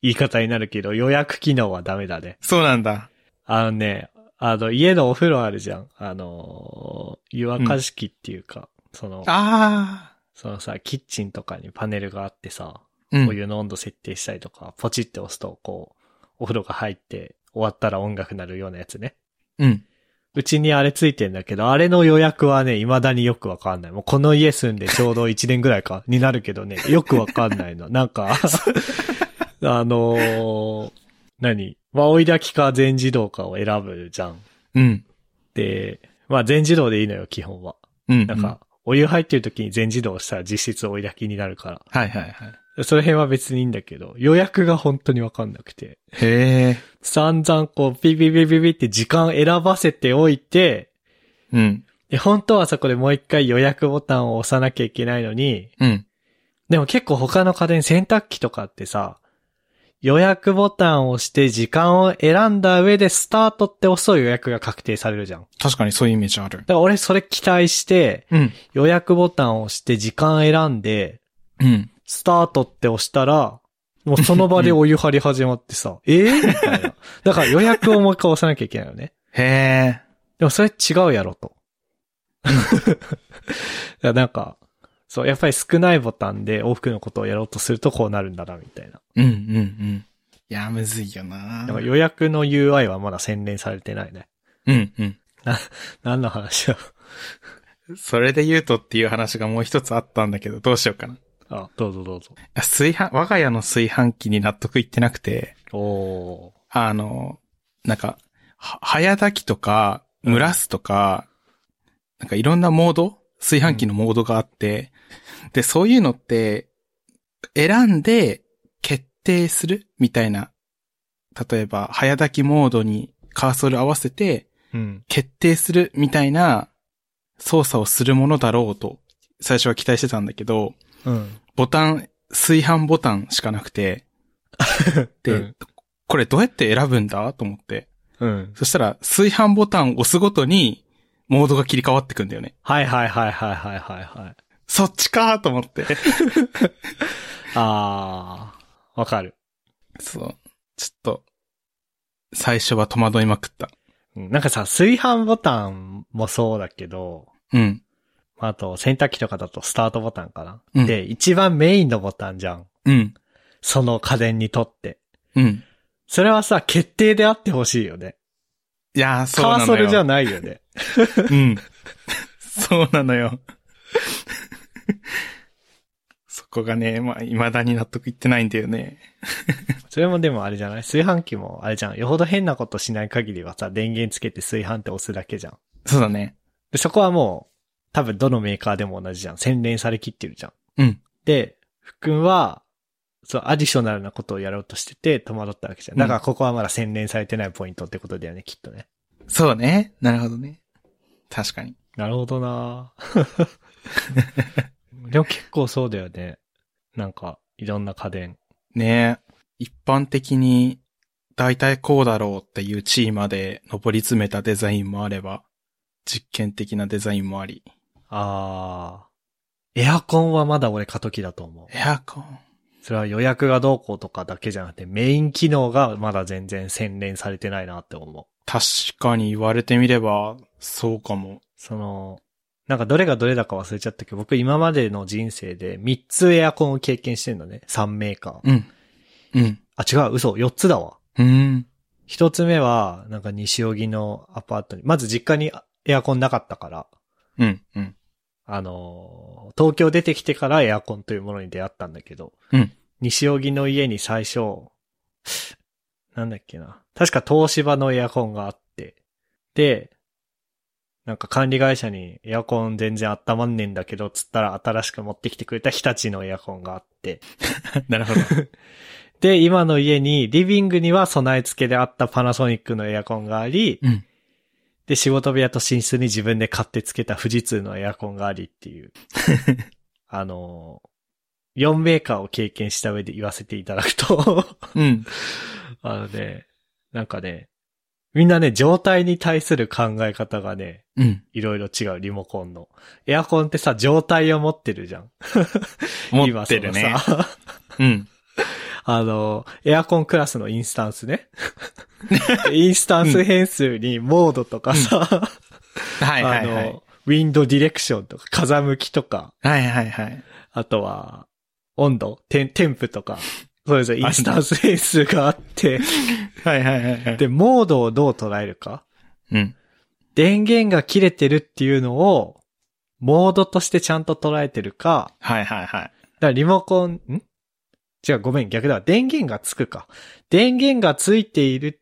A: 言い方になるけど、予約機能はダメだね。
B: そうなんだ。
A: あのね、あの、家のお風呂あるじゃん。あのー湯沸かし器っていうか、その、
B: あ
A: そのさ、キッチンとかにパネルがあってさ、
B: あ。うん。
A: お湯の温度設定したりとか、ポチって押すと、こう、お風呂が入って、終わったら音楽鳴るようなやつね。
B: うん。
A: うちにあれついてんだけど、あれの予約はね、未だによくわかんない。もうこの家住んでちょうど1年ぐらいか、 [laughs] になるけどね、よくわかんないの。なんか、あのー何まあ、追い焚きか全自動かを選ぶじゃん。
B: うん。
A: で、まあ、全自動でいいのよ、基本は。
B: うん。
A: なんか、お湯入ってる時に全自動したら実質追い焚きになるか
B: うん。はいはいはい。
A: ら。その辺は別にいいんだけど、予約が本当にわかんなくて。
B: へえ。
A: 散々こう、ピピピピピって時間選ばせておいて、
B: うん。
A: で、本当はそこでもう一回予約ボタンを押さなきゃいけないのに、
B: うん。
A: でも結構他の家電洗濯機とかってさ、予約ボタンを押して時間を選んだ上でスタートって押すと予約が確定されるじゃん。だか
B: 確かにそういうイメージある。
A: ら俺それ期待して、
B: うん。
A: 予約ボタンを押して時間選んで、
B: うん。
A: スタートって押したら、もうその場でお湯張り [laughs] 始まってさ、えー、みたいな。だから予約をもう一回押さなきゃいけないよね。
B: へえ。
A: でもそれ違うやろと。 [laughs] いやなんか、そう、やっぱり少ないボタンで往復のことをやろうとするとこうなるんだな、みたいな。
B: うんうんうん。いや、むずいよ
A: な
B: な
A: んか予約の UI はまだ洗練されてないね。
B: うんうん。
A: 何の話だ
B: それで言うとっていう話がもう一つあったんだけど、どうしようかな。
A: あ、どうぞどうぞ。
B: あ炊飯、我が家の炊飯器に納得いってなくて、
A: おー。
B: あの、なんか、は早炊きとか、蒸らすとか、なんかいろんなモード炊飯器のモードがあって、で、そういうのって、選んで決定するみたいな。例えば、早炊きモードにカーソル合わせて、
A: うん。
B: 決定するみたいな操作をするものだろうと、最初は期待してたんだけど、
A: うん。
B: ボタン、炊飯ボタンしかなくて、で、
A: うん
B: これどうやって選ぶんだと思って。
A: うん。
B: そしたら、炊飯ボタンを押すごとに、モードが切り替わってくんだよね。
A: はいはいはいはいはいはいはい。
B: そっちかーと
A: [laughs]
B: 思って。
A: あー。わかる。
B: そう。ちょっと、最初は戸惑いまくった。
A: うんなんかさ、炊飯ボタンもそうだけど、
B: うん。
A: まああと、洗濯機とかだとスタートボタンかな。
B: うん
A: で、一番メインのボタンじゃん。
B: うん。
A: その家電にとって。
B: うん。
A: それはさ、決定であってほしいよね。
B: いやー、そう
A: カ
B: なの
A: ー
B: よ。
A: ソルじゃないよね。
B: うん。 [laughs] そうなのよ。 [laughs] そこがね、まあ、未だに納得いってないんだよね。
A: それもでもあれじゃない炊飯器もあれじゃん。よほど変なことしない限りはさ、電源つけて炊飯って押すだけじゃん。
B: そうだね。
A: で、そこはもう、多分どのメーカーでも同じじゃん。洗練されきってるじゃん。
B: うん。
A: で、ふっくんは、そう、アディショナルなことをやろうとしてて戸惑ったわけじゃん。だからここはまだ洗練されてないポイントってことだよね、きっとね。
B: そうね。なるほどね。確かに。
A: なるほど [laughs] なでも結構そうだよね。なんか、いろんな家電。
B: ねえ一般的に、大体こうだろうっていう地位まで上り詰めたデザインもあれば、実験的なデザインもあり。
A: あー。エアコンはまだ俺過渡期だと思う。
B: エアコン。
A: それは予約がどうこうとかだけじゃなくて、メイン機能がまだ全然洗練されてないなって思う。
B: 確かに言われてみれば、そうかも。
A: その、なんかどれがどれだか忘れちゃったけど、僕今までの人生で3つエアコンを経験してるのね。3メーカー。
B: うん。うん。
A: あ、違う、嘘、4つだわ。
B: うん。
A: 1つ目は、なんか西荻のアパートに、まず実家にエアコンなかったから、
B: うん。うん。
A: あのー、東京出てきてからエアコンというものに出会ったんだけど、
B: うん
A: 西荻の家に最初、なんだっけな。確か東芝のエアコンがあって、で、なんか管理会社にエアコン全然温まんねえんだけど、つったら新しく持ってきてくれた日立のエアコンがあって、
B: [laughs] なるほど。
A: で、今の家に、リビングには備え付けであったパナソニックのエアコンがあり、
B: [laughs] うん
A: で、仕事部屋と寝室に自分で買って付けた富士通のエアコンがありって
B: [laughs]
A: いう。あのー、4メーカーを経験した上で言わせていただくと、 [laughs]
B: うん。
A: あのね、なんかね、みんなね、状態に対する考え方がね、
B: うん。
A: いろいろ違う、リモコンの。エアコンってさ、状態を持ってるじゃん。
B: 持ってるね
A: 今。そのさ [laughs]
B: うん。
A: あの、エアコンクラスのインスタンス
B: [laughs]
A: ね。インスタンス変数にモードとかさ、
B: はいは
A: あ
B: いはい。
A: の、ウィンドディレクションとか、風向きとか、
B: はいはいはい。
A: あとは、温度、テン、添付
B: [laughs]
A: とか、それぞれインスタンス変数があって、
B: はいはいはいはい。
A: で、モードをどう捉えるか。
B: うん。
A: 電源が切れてるっていうのを、モードとしてちゃんと捉えてるか、
B: はいはいはい。
A: だからリモコン、ん違う、ごめん、逆だわ。電源がつくか。電源がついている、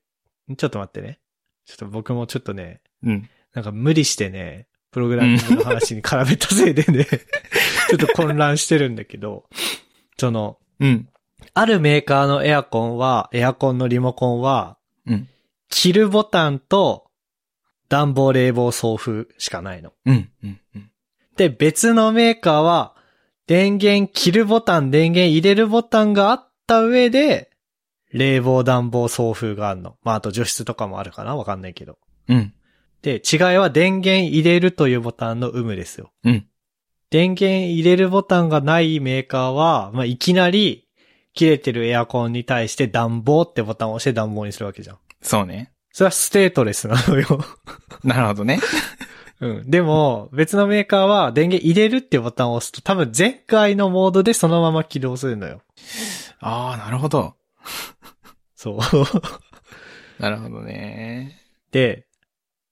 A: んちょっと待ってね。ちょっと僕もちょっとね、
B: うん。
A: なんか無理してね、プログラミングの話に絡めたせいでね、ちょっと混乱してるんだけど、その、
B: うん。
A: あるメーカーのエアコンは、エアコンのリモコンは、
B: うん。
A: 切るボタンと暖房冷房送風しかないの。
B: うん。うん。うん。
A: で、別のメーカーは、電源切るボタン、電源入れるボタンがあった上で、冷房、暖房、送風があるの。まあ、あと除湿とかもあるかなわかんないけど。
B: うん。
A: で、違いは電源入れるというボタンの有無ですよ。
B: うん。
A: 電源入れるボタンがないメーカーは、まあ、いきなり、切れてるエアコンに対して暖房ってボタンを押して暖房にするわけじゃん。
B: そうね。
A: それはステートレスな
B: [laughs]
A: のよ。
B: なるほどね。
A: うん。でも、別のメーカーは電源入れるっていうボタンを押すと、多分前回のモードでそのまま起動するのよ。
B: ああ、なるほど。
A: そう。 [laughs]
B: なるほどね。
A: で、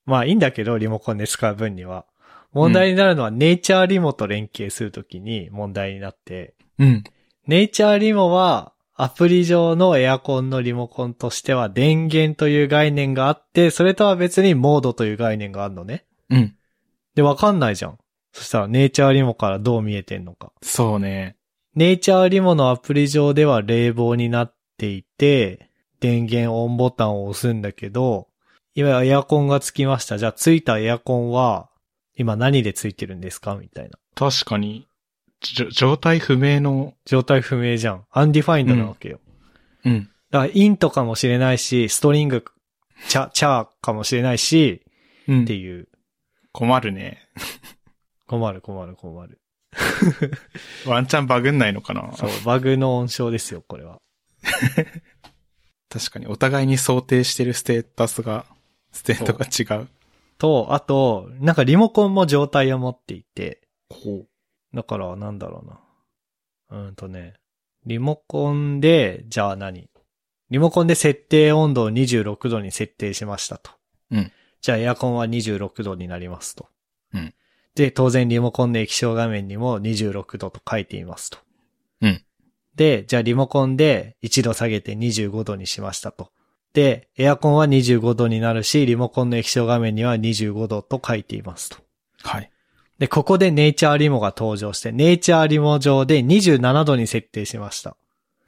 A: まあいいんだけど、リモコンで使う分には。問題になるのは、ネイチャーリモと連携するときに問題になって、
B: うん。
A: ネイチャーリモは、アプリ上のエアコンのリモコンとしては電源という概念があって、それとは別にモードという概念があるのね。
B: うん。
A: で、わかんないじゃん。そしたらネイチャーリモからどう見えてんのか。
B: そうね。
A: ネイチャーリモのアプリ上では冷房になっていて、電源オンボタンを押すんだけど、今エアコンがつきました。じゃあついたエアコンは、今何でついてるんですかみたいな。
B: 確かに、じょ状態不明の、
A: 状態不明じゃん。アンディファインドなわけよ。
B: うん。
A: だから、インとかもしれないし、ストリング、チャ、チャーかもしれないし、
B: うん
A: っていう。
B: 困るね。
A: 困る困る困る。
B: ワンチャンバグんないのかな
A: そう、バグの温床ですよ、これは。
B: 確かに、お互いに想定してるステータスが、ステートが違う。
A: と、あと、なんかリモコンも状態を持っていて、
B: ほ
A: だから、なんだろうな。うーんとね、リモコンで、じゃあ何リモコンで設定温度を26度に設定しましたと。
B: うん。
A: じゃあエアコンは26度になりますと。
B: うん。
A: で、当然リモコンの液晶画面にも26度と書いていますと。
B: うん。
A: で、じゃあリモコンで1度下げて25度にしましたと。で、エアコンは25度になるし、リモコンの液晶画面には25度と書いていますと。
B: はい。
A: で、ここでネイチャーリモが登場して、ネイチャーリモ上で27度に設定しました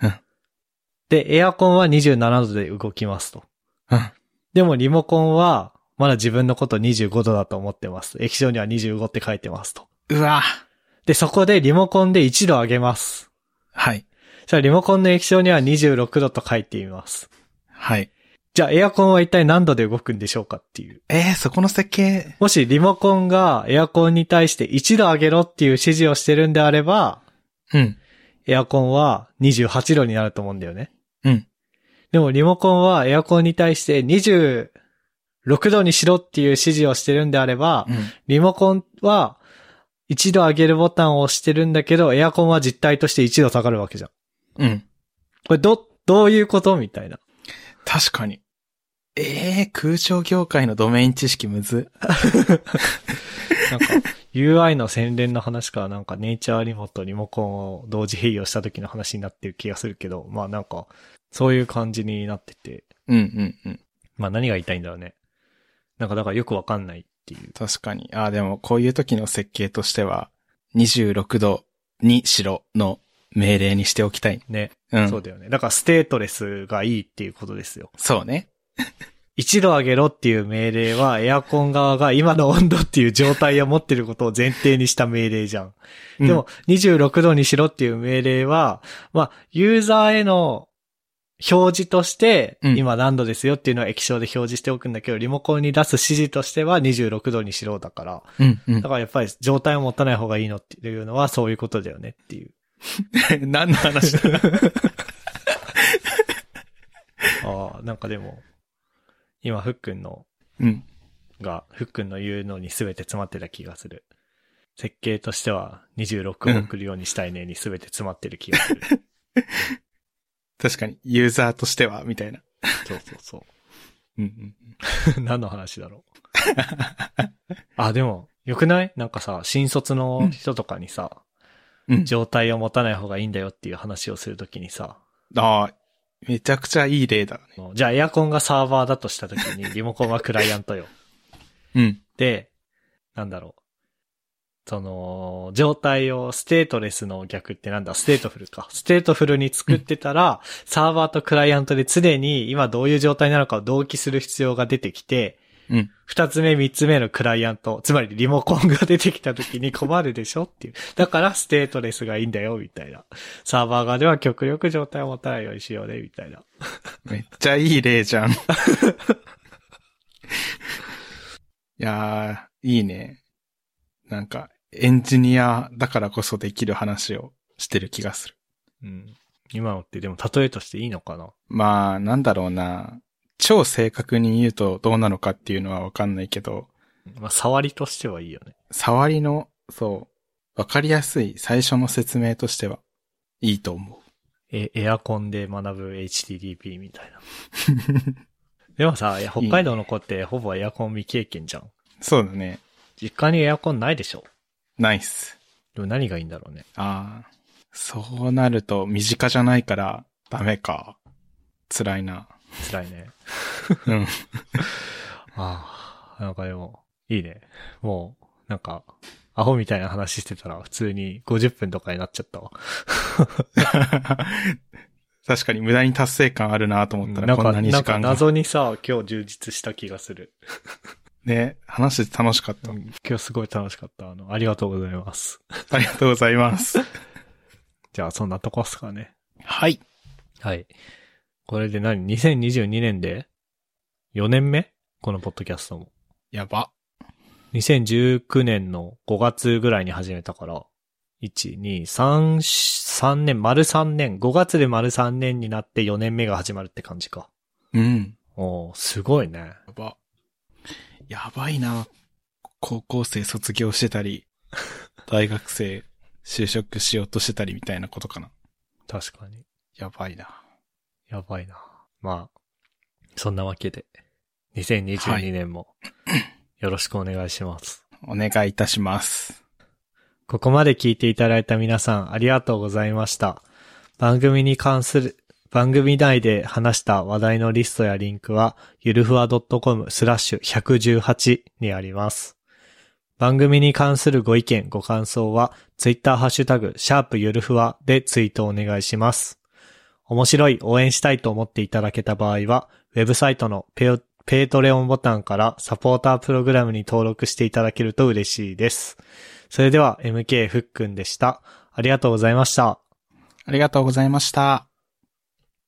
B: うん。
A: で、エアコンは27度で動きますと。
B: うん。
A: でもリモコンは、まだ自分のこと25度だと思ってます。液晶には25って書いてますと。
B: うわ
A: で、そこでリモコンで1度上げます。
B: はい。
A: じゃあリモコンの液晶には26度と書いています。
B: はい。
A: じゃあエアコンは一体何度で動くんでしょうかっていう。
B: えー、そこの設計、
A: もしリモコンがエアコンに対して1度上げろっていう指示をしてるんであれば、
B: うん。
A: エアコンは28度になると思うんだよね。
B: うん。
A: でもリモコンはエアコンに対して26度にしろっていう指示をしてるんであれば、
B: うん。
A: リモコンは1度上げるボタンを押してるんだけど、エアコンは実態として1度下がるわけじゃん。
B: うん。
A: これど、どういうことみたいな。
B: 確かに。えー、空調業界のドメイン知識むず。
A: なんか UI の洗練の話からなんかネイチャーリモとリモコンを同時併用した時の話になってる気がするけど、まあなんかそういう感じになってて、
B: うんうんうん。
A: まあ何が言いたいんだろうね。なんかだからよくわかんないっていう。
B: 確かに。ああ、でもこういう時の設計としては、26度にしろの命令にしておきたい。
A: ね。
B: うん。
A: そ
B: そう
A: だよね。だからステートレスがいいっていうことですよ。
B: うね。
A: 一度上げろっていう命令はエアコン側が今の温度っていう状態を持ってることを前提にした命令じゃん。
B: うん
A: でも、26度にしろっていう命令は、まあ、ユーザーへの表示として、
B: うん
A: 今何度ですよっていうのは液晶で表示しておくんだけど、リモコンに出す指示としては26度にしろだから。
B: うんうん
A: だからやっぱり状態を持たない方がいいのっていうのはそういうことだよねっていう。
B: [laughs] 何の話だ
A: ああ、なんかでも、今、ふっくんの
B: うん。
A: が、ふっくんの言うのに全て詰まってた気がする。設計としては26を送るようにしたいねに全て詰まってる気がす [laughs] る。
B: 確かに、ユーザーとしては、みたいな。
A: そうそうそ
B: うんうん。
A: う。 [laughs] 何の話だろう。あ、でも、よくないなんかさ、新卒の人とかにさ、
B: うん。
A: 状態を持たない方がいいんだよっていう話をするときにさ、
B: ああ、めちゃくちゃいい例だね。
A: じゃあエアコンがサーバーだとしたときに、リモコンはクライアントよ。
B: うん。
A: で、なんだろう。その、状態をステートレスの逆ってなんだステートフルか。ステートフルに作ってたら、サーバーとクライアントで常に今どういう状態なのかを同期する必要が出てきて、
B: うん。
A: 二つ目、三つ目のクライアント、つまりリモコンが出てきた時に困るでしょっていう。だからステートレスがいいんだよ、みたいな。サーバー側では極力状態を持たないようにしようね、みたいな。
B: めっちゃいい例じゃん。いやー、いいね。なんか、エンジニアだからこそできる話をしてる気がする。
A: うん。今のってでも例えとしていいのかな
B: まあ、なんだろうな。超正確に言うとどうなのかっていうのはわかんないけど、
A: まあ、触りとしてはいいよね。
B: 触りの、そう、わかりやすい最初の説明としては、いいと思う。
A: え、エアコンで学ぶ HTTP みたいな。でもさ、いや北海道の子ってほぼエアコン未経験じゃん。
B: そうだね。
A: 実家にエアコンないでしょ。
B: ナイス。
A: でも何がいいんだろうね。
B: ああ。そうなると、身近じゃないから、ダメか。辛いな。
A: 辛いね。
B: うん。
A: ああ、なんかでも、いいね。もう、なんか、アホみたいな話してたら普通に50分とかになっちゃったわ。
B: 確かに無駄に達成感あるなと思った
A: な
B: ら、
A: ん
B: こん
A: か、
B: なに
A: なん
B: 時
A: か
B: 間が。
A: 謎にさ、今日充実した気がする。
B: ね、話して楽しかった。
A: 今日すごい楽しかった。あの、ありがとうございます。
B: ありがとうございます。
A: じゃあ、そんなとこっすかね。
B: はい。
A: はい。これで何 ?2022 年で ?4 年目このポッドキャストも。
B: やば。
A: 2019年の5月ぐらいに始めたから、1、2、3、3年、丸3年、5月で丸3年になって4年目が始まるって感じか。
B: うん。
A: おーすごいね。
B: やば。やばいな。高校生卒業してた [laughs] り、大学生就職しようとしてたりみたいなことかな。
A: 確かに。
B: やばいな。
A: やばいな。まあ、そんなわけで、2022年もよろしくお願いします。
B: お願いいたします。
A: ここまで聞いていただいた皆さんありがとうございました。番組に関する、番組内で話した話題のリストやリンクは、ゆるふわ .com スラッシュ118にあります。番組に関するご意見、ご感想は、ツイッターハッシュタグ、シャープゆるふわでツイートお願いします。面白い、応援したいと思っていただけた場合は、ウェブサイトのペオペイトレオンボタンからサポータープログラムに登録していただけると嬉しいです。それでは MK ふっくんでした。ありがとうございました。
B: ありがとうございました。